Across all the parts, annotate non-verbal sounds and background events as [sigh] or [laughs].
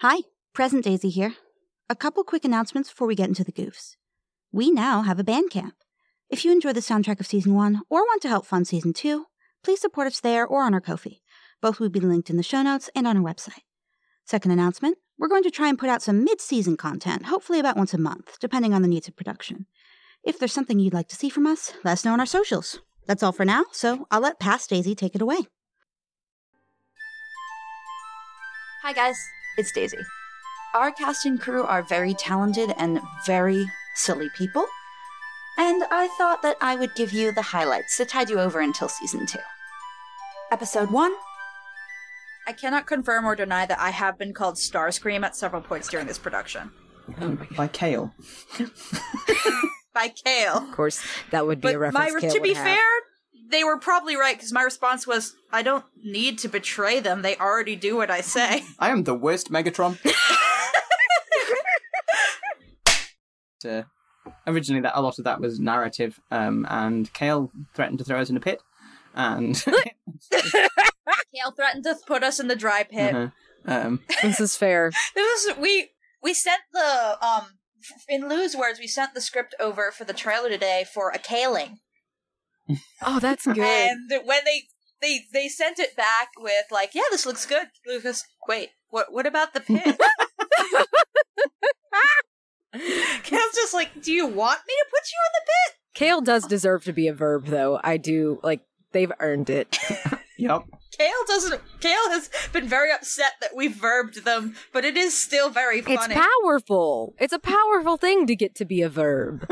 Hi, Present Daisy here. A couple quick announcements before we get into the goofs. We now have a Bandcamp. If you enjoy the soundtrack of Season 1 or want to help fund Season 2, please support us there or on our Ko-fi. Both will be linked in the show notes and on our website. Second announcement, we're going to try and put out some mid-season content, hopefully about once a month, depending on the needs of production. If there's something you'd like to see from us, let us know on our socials. That's all for now, so I'll let Past Daisy take it away. Hi, guys. It's Daisy. Our cast and crew are very talented and very silly people. And I thought that I would give you the highlights to tide you over until season two. Episode one. I cannot confirm or deny that I have been called Starscream at several points during this production by Kale. by Kale. Of course, that would be a reference. my, Kale to would be have. fair, they were probably right because my response was, "I don't need to betray them. They already do what I say." I am the worst [laughs] Megatron. [laughs] Uh, originally, that a lot of that was narrative, um, and Kale threatened to throw us in a pit, and [laughs] [laughs] Kale threatened to put us in the dry pit. Mm-hmm. Uh-huh. um, this is fair. This is we we sent the um in Lou's words, we sent the script over for the trailer today for a Kaling. [laughs] Oh, that's [laughs] good. And when they they they sent it back with like, yeah, this looks good. Lucas, wait, what what about the [laughs] pit? Cam's just like, do you want me to put you in the pit? Kale does deserve to be a verb, though. I do like they've earned it. yep. Kale doesn't. Kale has been very upset that we verbed them, but it is still very [laughs] It's funny. powerful. It's a powerful thing to get to be a verb.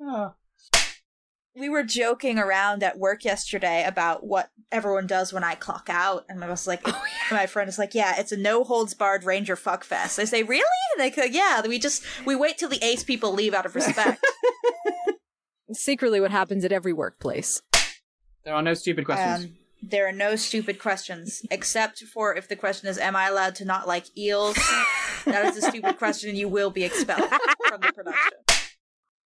Ah. we were joking around at work yesterday about what everyone does when I clock out, and I was like, my friend is like, Oh, yeah, it's a no holds barred ranger fuck fest. I say, really? And they go, yeah. We just we wait till the ace people leave out of [laughs] respect. Secretly, what happens at every workplace. There are no stupid questions. um, there are no stupid questions except for if the question is, am I allowed to not like [laughs] eels? that is a stupid question, and you will be expelled from the production.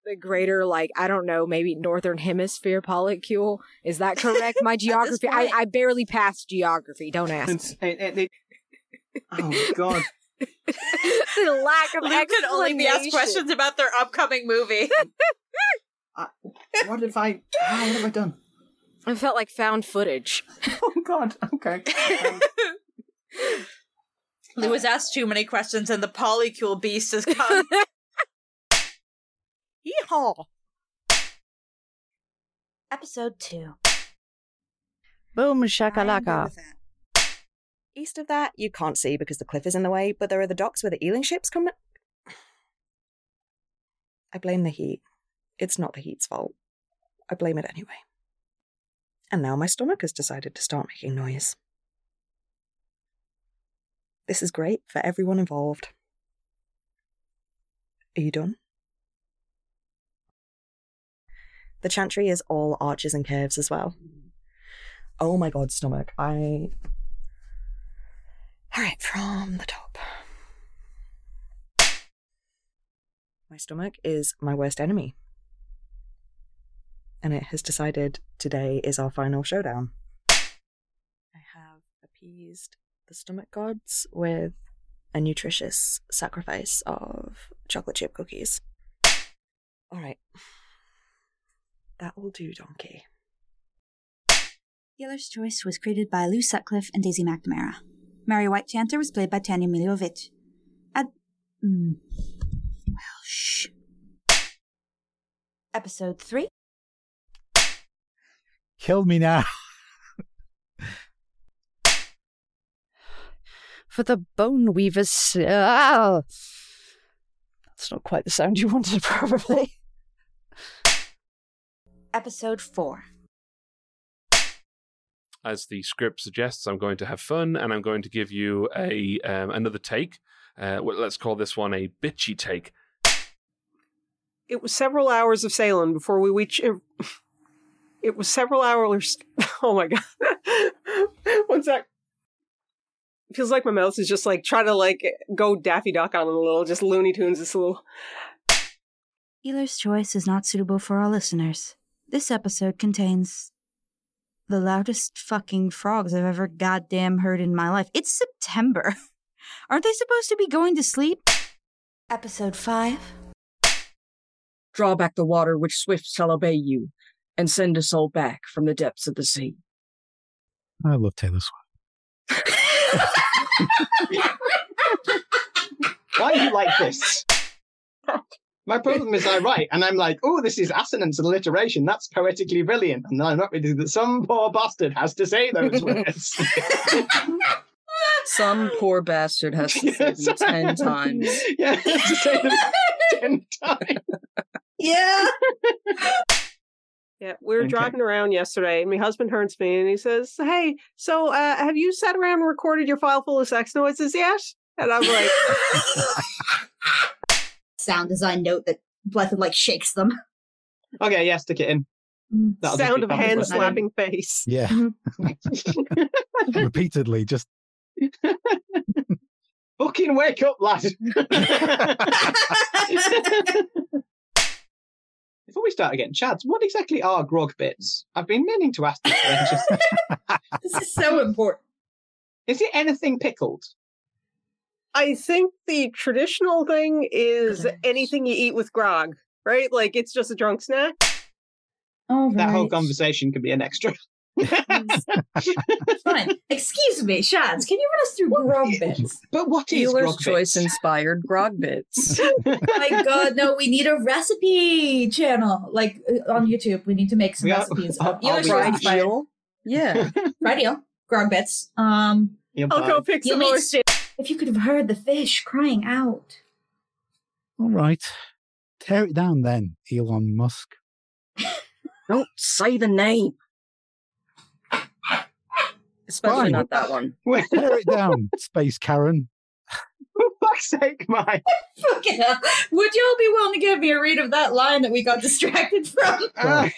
The greater, like I don't know, maybe northern hemisphere polycule. Is that correct? [laughs] My geography. I, point- I barely passed geography. [laughs] Don't Um, ask. [laughs] It's- it- it- it- [laughs] oh God! the lack of Luke can only be asked explanation. questions about their upcoming movie. What have I? ah, what have I done? I felt like found footage. [laughs] Oh God! [laughs] Okay. Um, Lou has asked too many questions, and the polycule beast [laughs] has come. Yeehaw! Episode two. Boom I'm good shakalaka. with that. East of that, you can't see because the cliff is in the way, but there are the docks where the Ealing ships come. I blame the heat. It's not the heat's fault. I blame it anyway. And now my stomach has decided to start making noise. This is great for everyone involved. Are you done? The chantry is all arches and curves as well. Oh my god, stomach. I all right, from the top. My stomach is my worst enemy. And it has decided today is our final showdown. I have appeased the stomach gods with a nutritious sacrifice of chocolate chip cookies. All right. That will do, donkey. Dealer's Choice was created by Lou Sutcliffe and Daisy McNamara. Mary White Chanter was played by Tanya Miliovic. Ad- mm. Well, shh. Episode three. Kill me now. [laughs] for the bone weaver's. Ah, that's not quite the sound you wanted, [laughs] probably. Episode four. as the script suggests, I'm going to have fun and I'm going to give you a um, another take. Uh, well, let's call this one a bitchy take. it was several hours of sailing before we reached. It, [laughs] it was several hours. [laughs] Oh my god! [laughs] One sec. Feels like my mouth is just like trying to like go Daffy Duck on it a little, just Looney Tunes this a little. Dealer's Choice is not suitable for all listeners. This episode contains the loudest fucking frogs I've ever goddamn heard in my life. It's September. [laughs] Aren't they supposed to be going to sleep? Episode 5. Draw back the water which swifts shall obey you, and send us all back from the depths of the sea. I love Taylor Swift. Why do you like this? My problem is I write and I'm like, oh, this is assonance and alliteration. That's poetically brilliant. And I'm not really that some poor bastard has to say [laughs] those words. Some poor bastard has [laughs] to say [laughs] them ten times. Yeah, [laughs] has to say them ten times. Yeah. Yeah, we were driving around yesterday, and my husband turns to me and he says, "Hey, so uh, have you sat around and recorded your file full of sex noises yet?" And I'm like, sound design note that Blethyn like shakes them. [laughs] okay, yeah, stick it in. Mm. That'll just "Sound be of public hand record. slapping face." Yeah. [laughs] Mm-hmm. [laughs] Repeatedly, just [laughs] Fucking wake up, [laughs] lad. Before we start again, Chads, what exactly are grog bits? I've been meaning to ask this. for [laughs] ages. this is so important. Is it anything pickled? I think the traditional thing is anything you eat with grog, right? Like it's just a drunk snack. Oh, That whole conversation can be [laughs] an extra. Mm. Fine. Excuse me, Shads, can you run us through grog bits? But what is Dealer's grog choice inspired grog bits. Oh My God, no! We need a recipe channel, like uh, on YouTube. We need to make some We are- [laughs] Oh, recipes. are- You are actually we- inspired. Yeah. Fried eel, grog bits. Um, You'll I'll go fix you some meat oyster. stew. If you could have heard the fish crying out. all right. Tear it down, then, Elon Musk. [laughs] Don't say the name. Especially Fine. [laughs] not that one. Tear it down, Space Karen. [laughs] For fuck's sake, [laughs] Mike. Fucking hell. Would you all be willing to give me a read of that line that we got distracted from? Uh,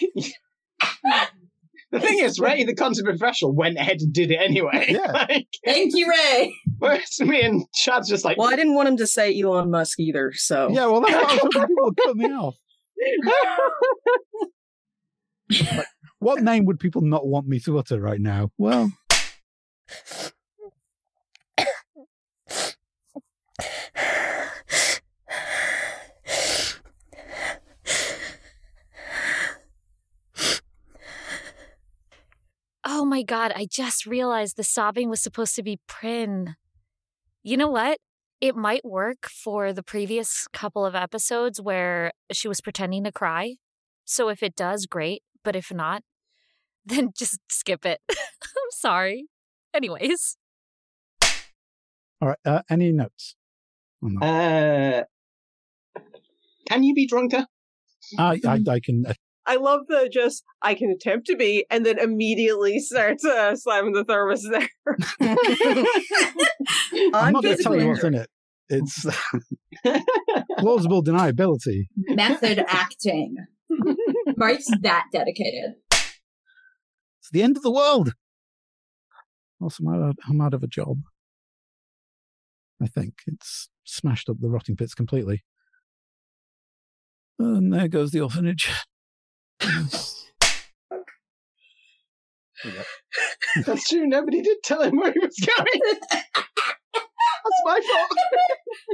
the [laughs] thing is, Ray, the content professional, went ahead and did it anyway. Yeah. [laughs] Like, Thank you, Ray. whereas me and Chad's just like, Well, I didn't want him to say Elon Musk either, so. Yeah, well, that's [laughs] what some people would cut me off. What name would people not want me to utter right now? Well, Oh my god, I just realized the sobbing was supposed to be Prin. You know what? It might work for the previous couple of episodes where she was pretending to cry. So if it does, great. But if not, [laughs] then just skip it. [laughs] I'm sorry. Anyways. all right. Uh, any notes? Uh, can you [laughs] be drunker? I, I, I can. Uh, I love the just I can attempt to be, and then immediately starts uh, slamming the thermos [laughs] there. I'm not going to tell you what's in it. It's [laughs] plausible deniability. Method [laughs] acting. Mark's that dedicated. [laughs] It's the end of the world. Also, I'm out of, I'm out of a job. I think it's smashed up the rotting pits completely. And there goes the orphanage. That's true. Nobody did tell him where he was going. That's my fault.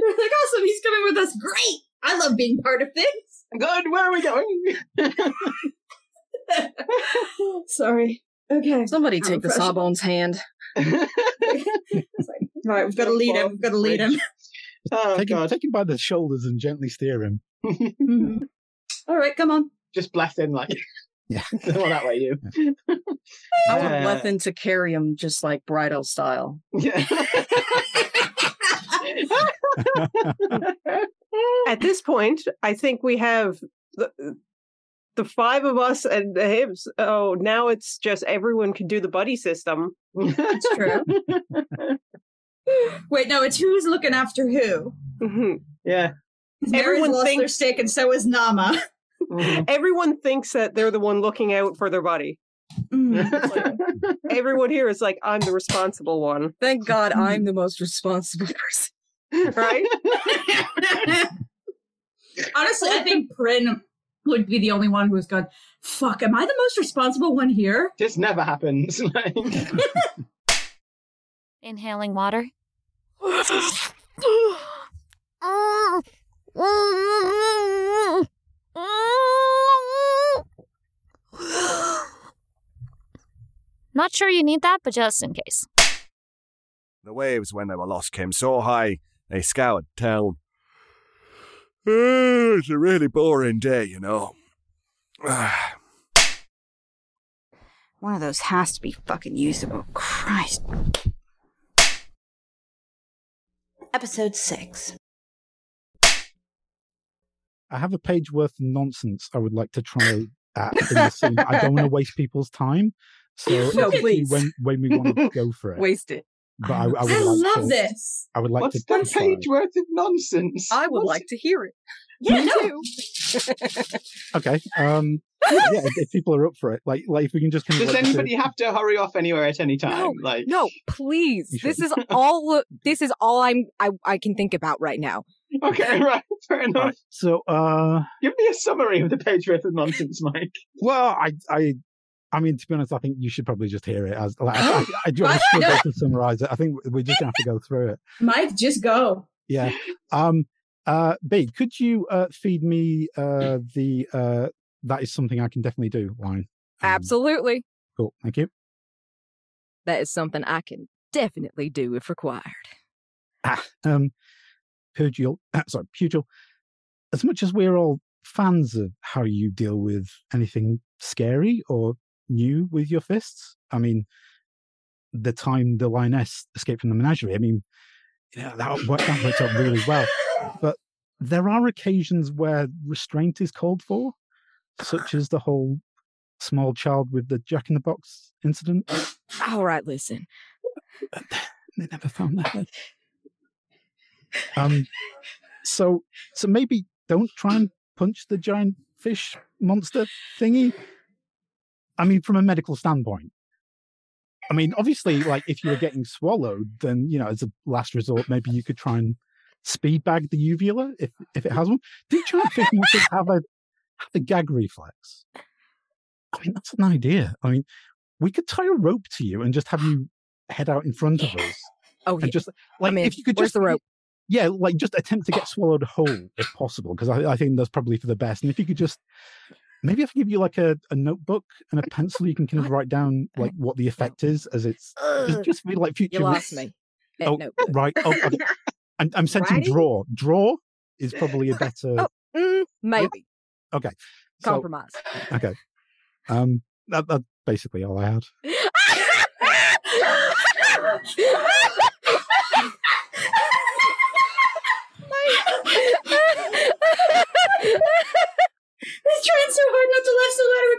They're like, awesome, he's coming with us. Great. I love being part of things. Good. Where are we going? [laughs] [laughs] Sorry. Okay. Somebody I'm take the fresh. Sawbones hand. All right, we've got to lead him. We've got to lead him. Oh, take, him, take him by the shoulders and gently steer him. [laughs] Mm-hmm. All right, come on. [laughs] Just bless him, like, [laughs] well, that way you. Uh, I want Yeah. Blethyn to carry him just like bridal style. Yeah. [laughs] At this point, I think we have the, the five of us and the Hibs. Oh, now it's just everyone can do the buddy system. That's true. Wait, no, it's who's looking after who. Yeah. Everyone Everyone lost their thinks- stick, and so is Nama. Mm-hmm. Everyone thinks that they're the one looking out for their buddy. Mm. It's like, everyone here is like, I'm the responsible one. Thank [laughs] God I'm the most responsible person. [laughs] Right? Honestly, I think Prin would be the only one who has gone, fuck, am I the most responsible one here? This never happens. [laughs] Inhaling water. Not sure you need that, but just in case. The waves, when they were lost, came so high they scoured town. [sighs] Uh, It's a really boring day, you know. [sighs] Ah, One of those has to be fucking usable. Christ. Episode 6. I have a page worth of nonsense I would like to try at in the scene. I don't want to waste people's time. [laughs] So No, it's up to you please. when when we [laughs] want to go for it. Waste it. But I, I would I like love to, this. I would like What's to that try. page worth of nonsense? I would like to hear it. Yeah, Okay. Um. yeah. If, if people are up for it, like like if we can just kind of Does like, just do- anybody have to hurry off anywhere at any time? No, like no, please. You This should. is all. This is all I'm. I, I can think about right now. [laughs] Okay, right, fair enough. So, uh, give me a summary of the page worth of nonsense, Mike. Well, I, I, I mean, to be honest, I think you should probably just hear it as like, [gasps] I, I, I do have a No. struggle to summarize it. I think we're just gonna have to go through it. Mike, just go. Yeah. Um. Uh. B. Could you uh feed me uh the uh that is something I can definitely do line. Absolutely. Cool. Thank you. That is something I can definitely do if required. Ah, um, Pugil, [coughs] sorry, Pugil, as much as we're all fans of how you deal with anything scary or new with your fists, I mean, the time the lioness escaped from the menagerie, I mean, you know, that worked, that worked out really well. But there are occasions where restraint is called for, such as the whole small child with the jack in the box incident. All right, listen. They never found that. head. Um, so so maybe don't try and punch the giant fish monster thingy. I mean, from a medical standpoint. I mean, obviously, like if you were getting swallowed, then you know, as a last resort, maybe you could try and speed bag the uvula if if it has one. Do giant fish monsters have a have a gag reflex? I mean, that's an idea. I mean, we could tie a rope to you and just have you head out in front of us. Oh, and just like if you could Where's just the rope? Yeah, like just attempt to get swallowed whole if possible, because I, I think that's probably for the best. And if you could just maybe I can give you like a, a notebook and a pencil, you can kind of write down like what the effect is as it's just, just for, like future. You lost [laughs] reference. me. Eh, at Oh, notebook. right. Oh, [laughs] okay. I'm, I'm sensing Writing? draw. Draw [laughs] is probably a better. Mm, maybe Okay. so- compromise. Okay. Um, that, that's basically all I had. I was trying so hard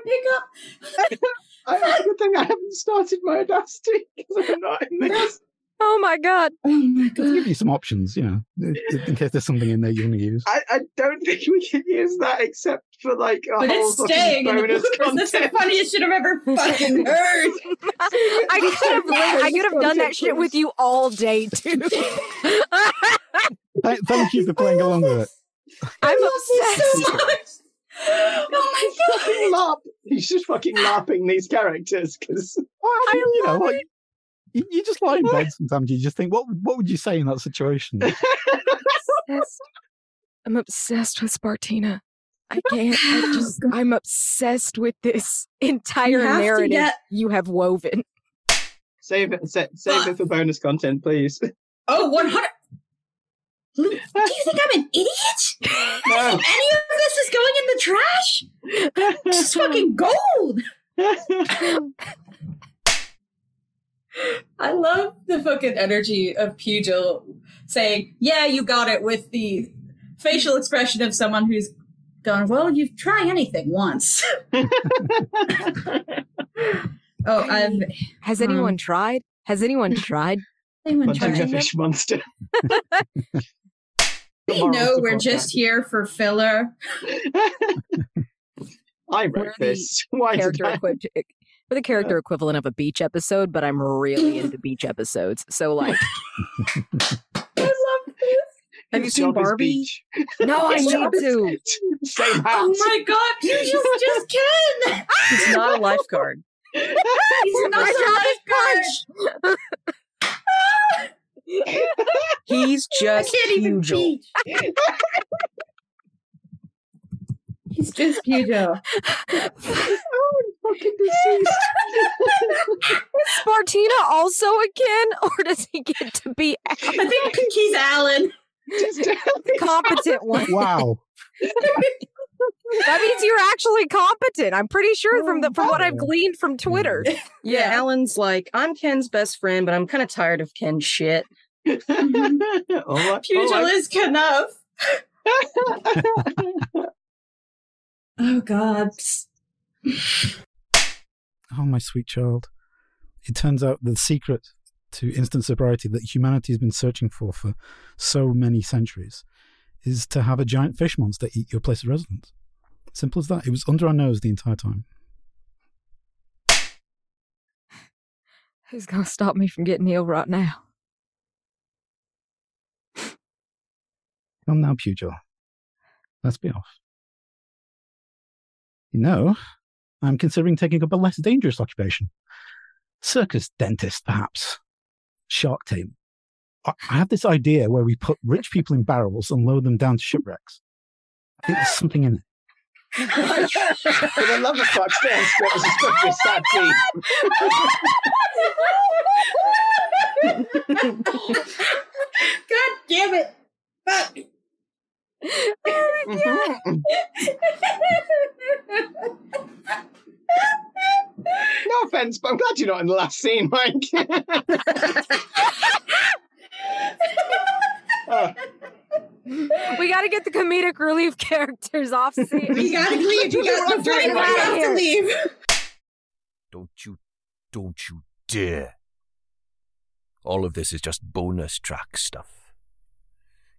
not to laugh so loud I would pick up. I, it's a good thing I haven't started my audacity because I'm not in this. Oh my god! Let's give you some options, you know, in, in case there's something in there you want to use. I, I don't think we can use that except for like a But whole [laughs] it's fucking staying in the bonus bloopers. That's the Oh, content. [laughs] funniest shit I've ever fucking heard. I could have. I could have done that shit [laughs] with you all day too. Th- thank you for playing along with it. [laughs] I'm obsessed. Oh my god! He's just fucking larping these characters because I mean, you know, like, you, you just [laughs] lie in bed sometimes. You just think, what what would you say in that situation? obsessed. I'm obsessed with Spartina. I can't. I just, I'm obsessed with this [laughs] entire have to narrative get- you have woven. save it, sa- save it for bonus content, [laughs] please. Oh, 100. Lu- Do you think I'm an idiot? [laughs] I think any of this is going in the trash? This is fucking gold. I love the fucking energy of Pugil saying, Yeah, you got it with the facial expression of someone who's gone, Well, you've tried anything once. [laughs] oh, I've. Has anyone tried? Has anyone tried? Anyone Punching the tried? fish monster. [laughs] They Tomorrow know to we're broadcast. just here for filler. [laughs] I We're wrote the this. Why did character [laughs] I? equipped for the character equivalent of a beach episode, but I'm really into beach episodes. So like I love this. have you His seen job is Barbie? beach. [laughs] No, I His need job is to. beach. Same hat. Oh my god, you just just Ken! He's not a [laughs] lifeguard. He's not I a lifeguard! He's just Pugil. He's just Pugil. Is Martina also a kin, [laughs] or does he get to be? I think he's Alan. [laughs] [laughs] competent [laughs] one. Wow. that means you're actually competent. I'm pretty sure from the from what Oh. I've gleaned from Twitter. Yeah, Alan's like, I'm Ken's best friend, but I'm kind of tired of Ken's shit. Oh, Pugil is Knuff. [laughs] oh god. Oh, my sweet child. It turns out the secret to instant sobriety that humanity has been searching for for so many centuries is to have a giant fish monster eat your place of residence. Simple as that. It was under our nose the entire time. Who's gonna stop me from getting ill right now? Come now, Pugil. Let's be off. You know, I'm considering taking up a less dangerous occupation. Circus dentist, perhaps. Shark team. I I have this idea where we put rich people in barrels and load them down to shipwrecks. I think there's something in it. For the love of fuck's sake, that was such a sad scene. God damn it. Fuck. No offense, but I'm glad you're not in the last scene, Mike. [laughs] [laughs] Oh, We gotta get the comedic relief [laughs] characters off scene. You gotta leave. [laughs] You gotta- Before they you run have to out of here. leave. Don't you, don't you dare. All of this is just bonus track stuff.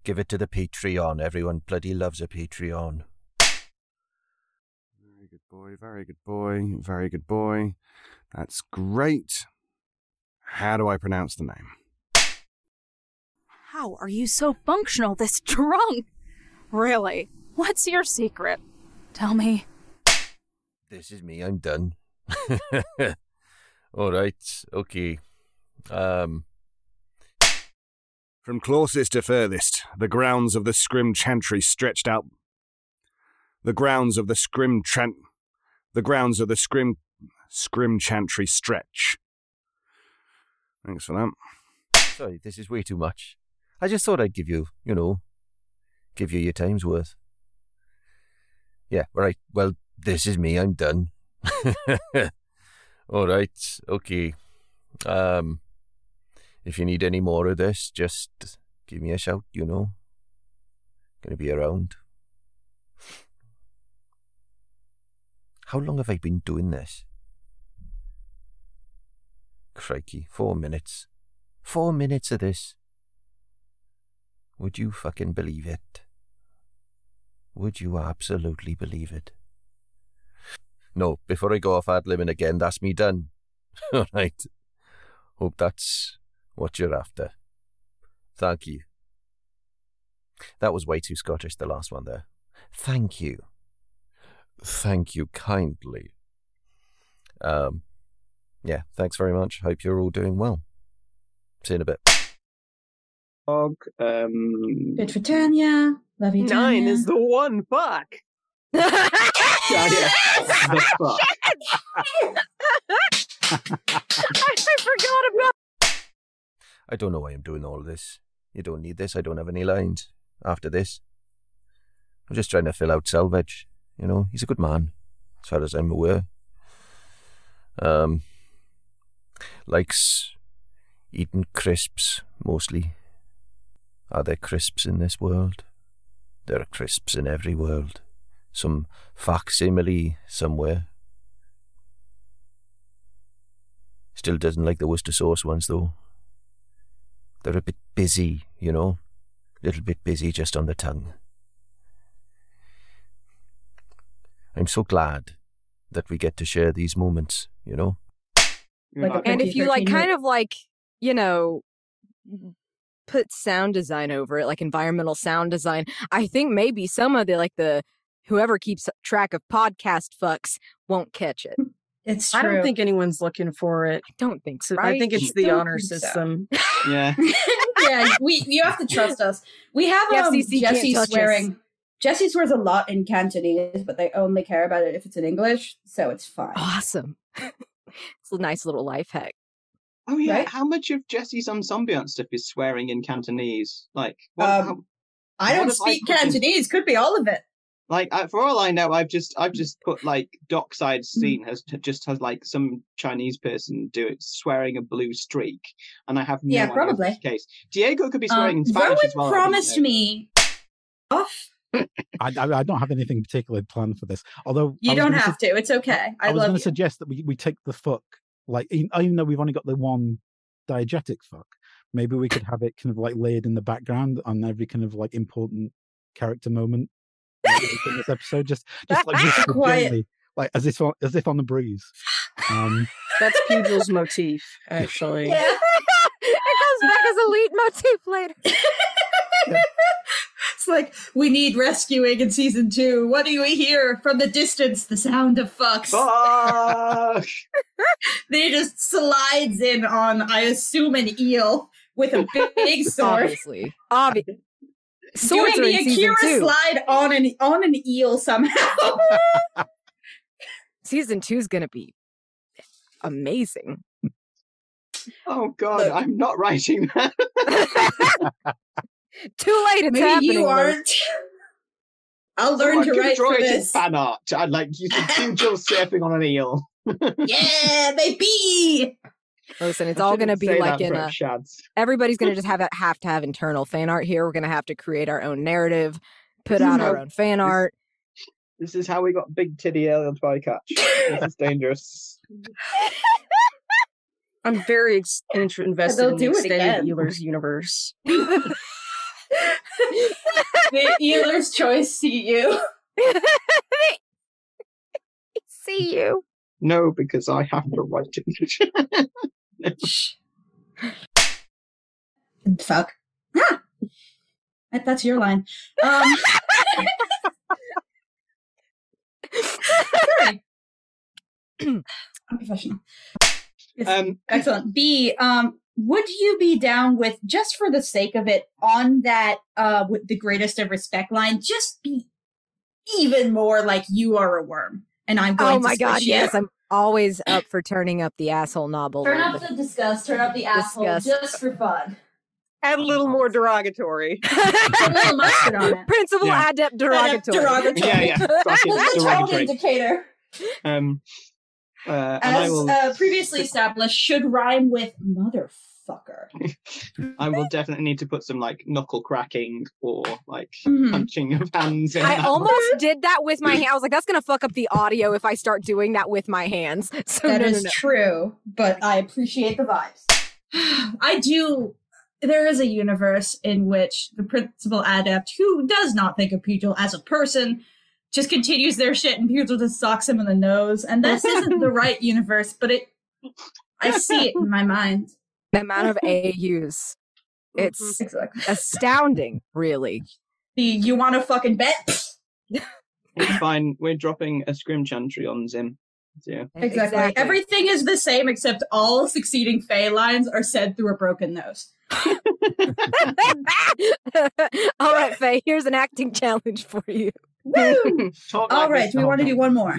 Give it to the Patreon. Everyone bloody loves a Patreon. Very good boy, very good boy, very good boy. That's great. How do I pronounce the name? How are you so functional this [laughs] drunk? Really? What's your secret? Tell me. This is me, I'm done. [laughs] All right, okay. Um, From closest to furthest, the grounds of the Scrim Chantry stretched out. The grounds of the Scrim Chant. The grounds of the Scrim. Scrim Chantry stretch. Thanks for that. sorry, this is way too much. I just thought I'd give you, you know, give you your time's worth. Yeah, right. Well, this is me, I'm done. [laughs] All right, okay. Um, if you need any more of this, just give me a shout, you know. Gonna be around. How long have I been doing this? Crikey, four minutes. Four minutes of this. Would you fucking believe it? Would you absolutely believe it? No, before I go off ad libbing again, that's me done. [laughs] All right. Hope that's what you're after. Thank you. That was way too Scottish, the last one there. Thank you. Thank you kindly. Um, yeah, thanks very much. Hope you're all doing well. See you in a bit. Og, um, Good for Tanya. Love you, Tanya. Nine is the one fuck. [laughs] the fuck. I forgot about I don't know why I'm doing all of this. You don't need this. I don't have any lines after this. I'm just trying to fill out Salvage. You know, he's a good man, as far as I'm aware. Um, likes eating crisps mostly. Are there crisps in this world? There are crisps in every world. Some facsimile somewhere. Still doesn't like the Worcester sauce ones though they're a bit busy, you know, little bit busy just on the tongue. I'm so glad that we get to share these moments, you know. and if you like kind of like you know put sound design over it like environmental sound design i think maybe some of the like the whoever keeps track of podcast fucks won't catch it. It's I I don't don't think think anyone's looking for it. I don't think so. I right? think [laughs] it's I the don't honor think so. system. Yeah. yeah, we you have to trust us. We have The um, FCC can't Jesse touch us. swearing. Jesse swears a lot in Cantonese, but they only care about it if it's in English, so it's fine. [laughs] Ah, Awesome. [laughs] it's a nice little life hack. [laughs] Oh yeah, Right? how much of Jesse's Ensombiant stuff is swearing in Cantonese? Like, what, how, Um, I don't what have I speak put in- Cantonese. Could be all of it. like I, for all I know, I've just Mm. I've just put like Dockside Scene has just has like some Chinese person do it swearing a blue streak, and I have no Yeah, idea if that's the case. Diego could be swearing Um, in Spanish Rowan as well. I wouldn't promised know. me. Off. I, I, I don't have anything particularly planned for this. Although You I was don't gonna have sug- to. It's okay. I, I, was love going you. to suggest that we, we take the fuck, like even, even though we've only got the one diegetic fuck, maybe we could have it kind of like layered in the background on every kind of like important character moment in this episode. Just just like just Quiet. gently, like as if on, as if on the breeze. Um, That's Pugel's motif, actually. it comes back as [laughs] a lead motif later. [laughs] it's like we need rescuing in season two. What do we hear from the distance? The sound of fucks. Fuck. they just slides in on, I assume, an eel with a [laughs] big sword. Obviously. [laughs] Obviously. Swords doing are the in season Akira two. slide on an on an eel [laughs] somehow. Season two is going to be amazing. Oh God, I'm not writing that. [laughs] Too late. [laughs] It's Maybe happening. you Liz. aren't. I'll learn Oh, I to could write draw for it this. in fan art. I'd like you to do Jill surfing on an eel. [laughs] yeah, baby. Listen, it's I all going to shouldn't be say like that in for a. Shads. Everybody's going to just have have to have internal fan art here. We're going to have to create our own narrative, put out our No. own fan This- art. This is how we got big titty alien bycatch. this [laughs] is dangerous. I'm [laughs] very ex- int- invested They'll in the do it extended again. Ealer's universe. the Ealer's choice. See [laughs] you. see you. No, because I have to write [laughs] it. Fuck. Ah! That's your line. Um, [laughs] sorry. I'm professional. Yes. Um, Excellent. B, um, would you be down with, just for the sake of it, on that, uh, with the greatest of respect line, just be even more like you are a worm and I'm going Oh to my god, squish you. yes, I'm always up for turning up the asshole knob a Turn little up bit. the disgust, turn up the asshole Disgust. just for fun. Add a little more [laughs] derogatory. Put a little mustard on it. Principal Yeah. adept Adept derogatory. derogatory. [laughs] Yeah, yeah, fucking That's a tone derogatory. indicator. um, uh, and I As will, uh, previously established, should rhyme with motherfucker. I will definitely need to put some like knuckle cracking or like Mhm. punching of hands. In I that. [laughs] almost did that with my hand. I was like, that's gonna fuck up the audio if I start doing that with my hands. [laughs] So That no, no, is no. true, but I appreciate the vibes. [sighs] I do. There is a universe in which the principal adept, who does not think of Pugil as a person, just continues their shit and Pugil just socks him in the nose. And this isn't the [laughs] right universe, but it. I see it in my mind. The amount of AUs. Mm-hmm. It's Exactly. astounding, really. The you want to fucking bet? It's fine. We're dropping a scrim chantry on Zim. Yeah. Exactly. [laughs] Everything is the same except all succeeding Fey lines are said through a broken nose. [laughs] All right, Faye, here's an acting challenge for you. Woo! [laughs] Talk All like right, this do we the want to whole do one more?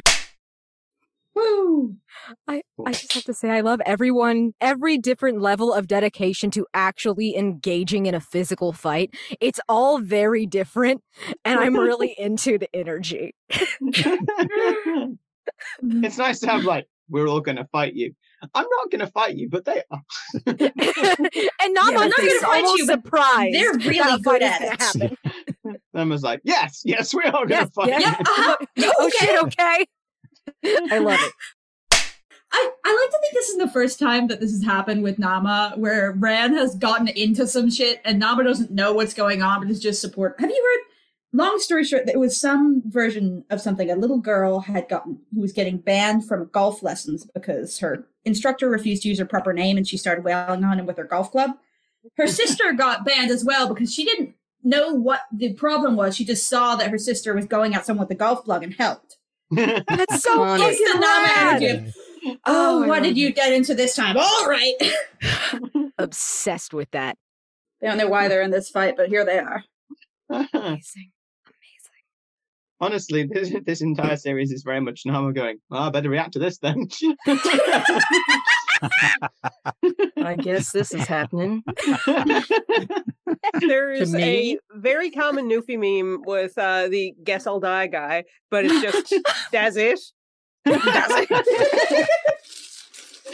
Woo! I, I just have to say I love everyone, every different level of dedication to actually engaging in a physical fight. It's all very different, and I'm really [laughs] into the energy. [laughs] It's nice to have like we're all gonna fight you. I'm not gonna fight you, but they are. And not Yeah, on I'm not this gonna fight almost you, but surprised. they're that really a fight good is at gonna it. happen. [laughs] Them was like, yes, yes, we're all gonna Yes, fight. yes. you. [laughs] Yeah, uh-huh. Oh shit, okay. I love it. I, I like to think this is the first time that this has happened with Nama, where Ran has gotten into some shit and Nama doesn't know what's going on, but is just support. Have you heard? Long story short, it was some version of something. A little girl had gotten who was getting banned from golf lessons because her instructor refused to use her proper name, and she started wailing on him with her golf club. Her sister got banned as well because she didn't know what the problem was. She just saw that her sister was going at someone with a golf plug and helped. [laughs] That's so It's the Nama energy of, Oh, I what love did you get into this time? All right. [laughs] Obsessed with that. They don't know why they're in this fight, but here they are. Amazing. Honestly, this this entire series is very much now we're going, well, I better react to this then. I guess this is [laughs] happening. there is me? [laughs] a very common Newfie meme with uh, the guess I'll die guy, [laughs] but it's just that's it. [laughs]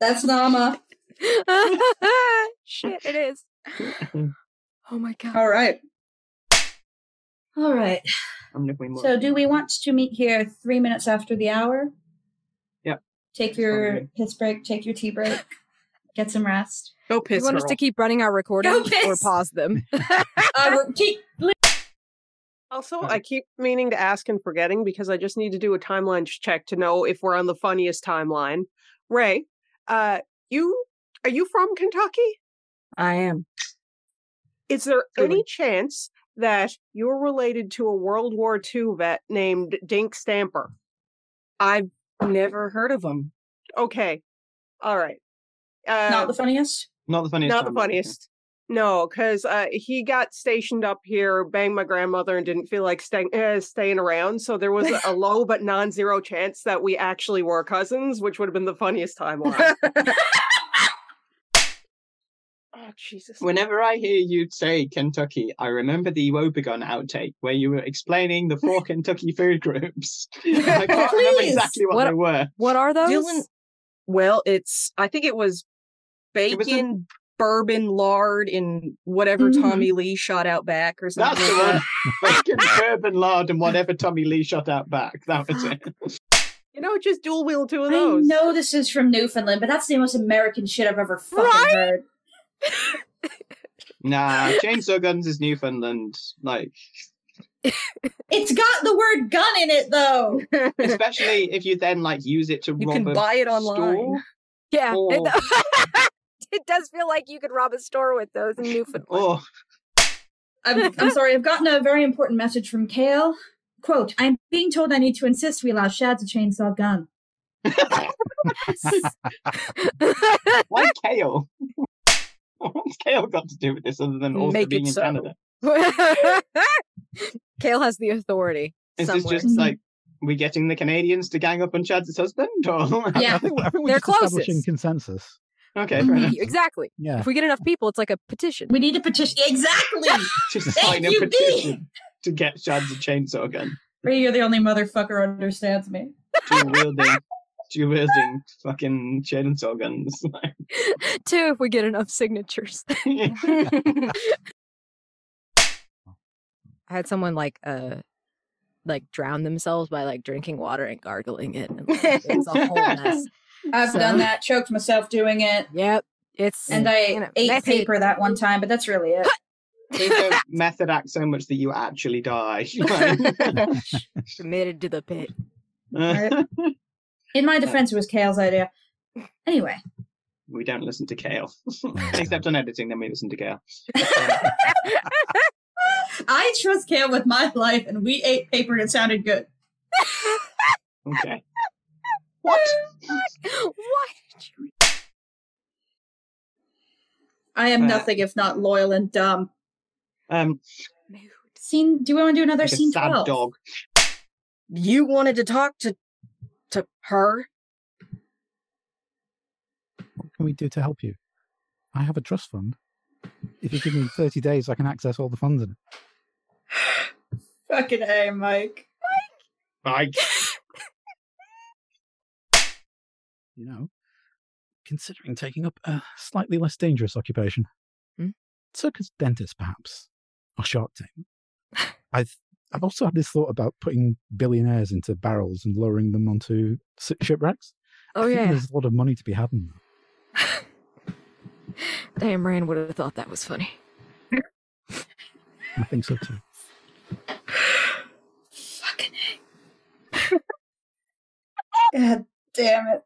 That's Nama. Shit, it is. Oh my god. All right. All right. [laughs] I'm looking more. So, do we want to meet here three minutes after the hour? Yep. Take your piss break, take your tea [laughs] break, get some rest. Go you want us to keep running our recordings or pause them? Uh, Also, Mm-hmm. I keep meaning to ask and forgetting because I just need to do a timeline check to know if we're on the funniest timeline. Ray, uh, you are you from Kentucky? I am. Is there any chance that you're related to a World War II vet named Dink Stamper? I've never heard of them. Okay, all right. Uh, Not the funniest. Not the funniest. Not the timeline, okay. funniest. No, because uh, he got stationed up here, banged my grandmother, and didn't feel like staying uh, staying around. So there was a low but non-zero chance that we actually were cousins, which would have been the funniest [laughs] timeline. oh Jesus! Whenever I hear you say Kentucky, I remember the Wobegon outtake where you were explaining the [laughs] four Kentucky food groups. I can't remember Please. exactly what, What- they were. What are those? well, it's I think it was bacon, bourbon, lard, and whatever Mhm. Tommy Lee shot out back or something. That's the like one. that. [laughs] Bacon, bourbon, lard, and whatever Tommy Lee shot out back. That was it. You know, just dual wheel two of those. I know this is from Newfoundland, but that's the most American shit I've ever fucking heard. [laughs] Nah, chainsaw guns is Newfoundland. Like, It's got the word gun in it, though. [laughs] especially if you then like use it to rob a store Yeah. it- Or- Oh. [laughs] it does feel like you could rob a store with those in Newfoundland. Oh, I'm, [laughs] I'm sorry, I've gotten a very important message from Kale. Quote, I'm being told I need to insist we allow Shad to chainsaw gun. [laughs] [laughs] Why kale? [laughs] What's kale got to do with this other than also Make being it in so. Canada? [laughs] Kale has the authority. Is somewhere. this just like we getting the Canadians to gang up on Chad's husband? Or [laughs] Yeah. I think we're They're just establishing closest. consensus. Okay, fair [laughs] enough. Mhm, exactly. Yeah. If we get enough people, it's like a petition. [laughs] We need a petition. Exactly. Just sign a petition to get Chad's a chainsaw gun. Ray, you're the only motherfucker who understands me. Dual wielding, dual wielding fucking chainsaw guns. [laughs] [laughs] Two, if we get enough signatures. I had someone like uh like drown themselves by like drinking water and gargling it. And, like, it was a whole mess. I've So- done that, choked myself doing it. Yep. It's [laughs] and I you know, ate messy. paper that one time, but that's really it. They don't method act so much that you actually die. [laughs] Committed to the pit. In my defense, it was Kale's idea. Anyway, [laughs] we don't listen to Kale. [laughs] Except on editing, then we listen to Kale. I trust Kale with my [laughs] life, and we ate paper and it sounded good. Okay. What? what? I am Uh, nothing if not loyal and dumb. Um, Scene. Do we want to do another like a scene? sad 12? dog. You wanted to talk to to her? What can we do to help you? I have a trust fund. If you give me 30 days, I can access all the funds in it. Fucking A, Mike. Mike. You know, considering taking up a slightly less dangerous occupation. Circus dentist, perhaps, or Shark Tank. I've I've also had this thought about putting billionaires into barrels and lowering them onto si- shipwrecks. Oh, I think yeah. there's a lot of money to be had in that. [laughs] Damn, Rand would have thought that was funny. I think so too. [laughs] God damn it.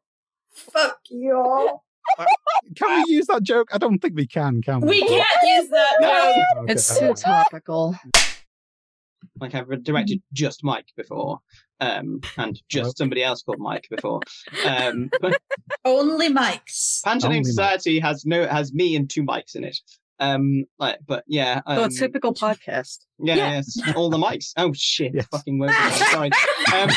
Fuck you all. Uh, can we use that joke? I don't think we can, can we? [laughs] We can't use that. No. It's too topical. Like I've directed just Mike before, um, and just somebody else called Mike before. Um, but Only Mike's. Pantomime Society has no has me and two mics in it. Um, like, but yeah, um, So a typical podcast. Yeah, yes, all the mics. Oh shit! Fucking woke up. Sorry. Um,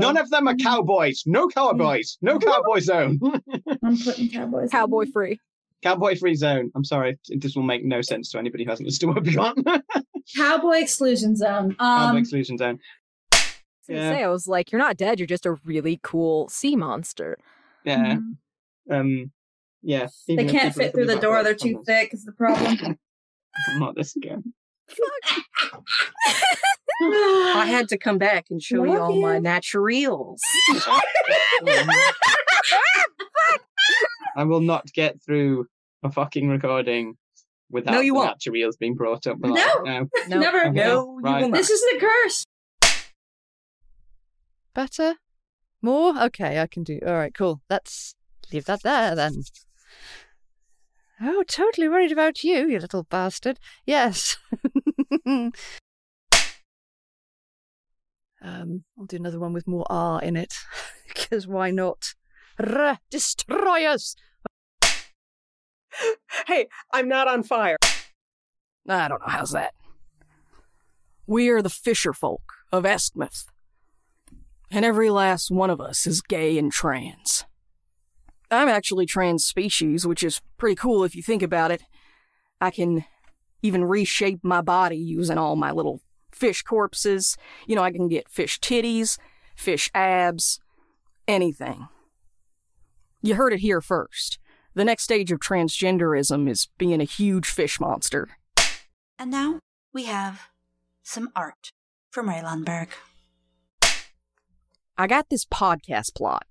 none of them are cowboys. No cowboys. No cowboy zone. Mm-hmm. [laughs] I'm putting cowboys. Cowboy free. Cowboy free zone. I'm sorry. This will make no sense to anybody who hasn't listened to what we got. [laughs] Cowboy exclusion zone. Cowboy Um, exclusion zone. I was gonna say, I was like, you're not dead. You're just a really cool sea monster. Yeah. Um. Yeah. mm-hmm. They even if can't people fit through listen the to door. Black They're Box too Tunnels, thick. Is the [laughs] problem? Not [laughs] this again. I had to come back and show you all my naturals. Um, I will not get through a fucking recording without No, you the won't. materials being brought up. um, will I? No. no, [laughs] Never. Okay, right. This is the curse. Better? More? Okay, I can do. All right, cool. Let's leave that there then. Oh, totally worried about you, you little bastard. Yes. um, I'll do another one with more R in it, because why not? R- destroyers. [gasps] Hey, I'm not on fire. I don't know how's that. We are the fisher folk of Eskmouth, and every last one of us is gay and trans. I'm actually trans species, which is pretty cool if you think about it. I can even reshape my body using all my little fish corpses. You know, I can get fish titties, fish abs, anything. You heard it here first. The next stage of transgenderism is being a huge fish monster. And now we have some art from Ray Lundberg. I got this podcast plot.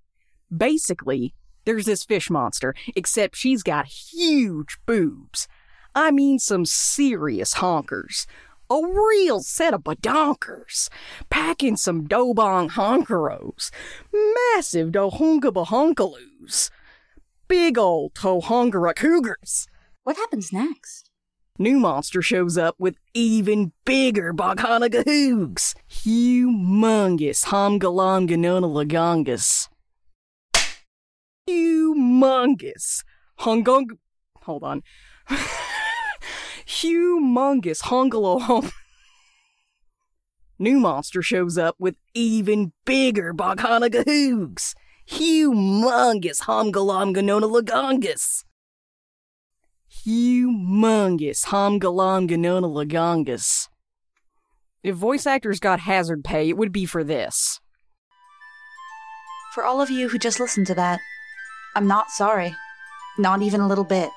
Basically, there's this fish monster, except she's got huge boobs. I mean, some serious honkers. A real set of badonkers. Packing some dobong honkeros. Massive dohonkabahonkalos. Big old tohongara cougars. What happens next? New monster shows up with even bigger Boghanagahoogs. Humongous Homgalonganunalagongas. Humongous Hongong. Hold on. [laughs] Humongous Hongalohom. [laughs] New monster shows up with even bigger Boghanagahoogs. Humongous Homgalonganunalagongas humongous Homgalonganonalagongas. If voice actors got hazard pay, it would be for this. For all of you who just listened to that, I'm not sorry. Not even a little bit.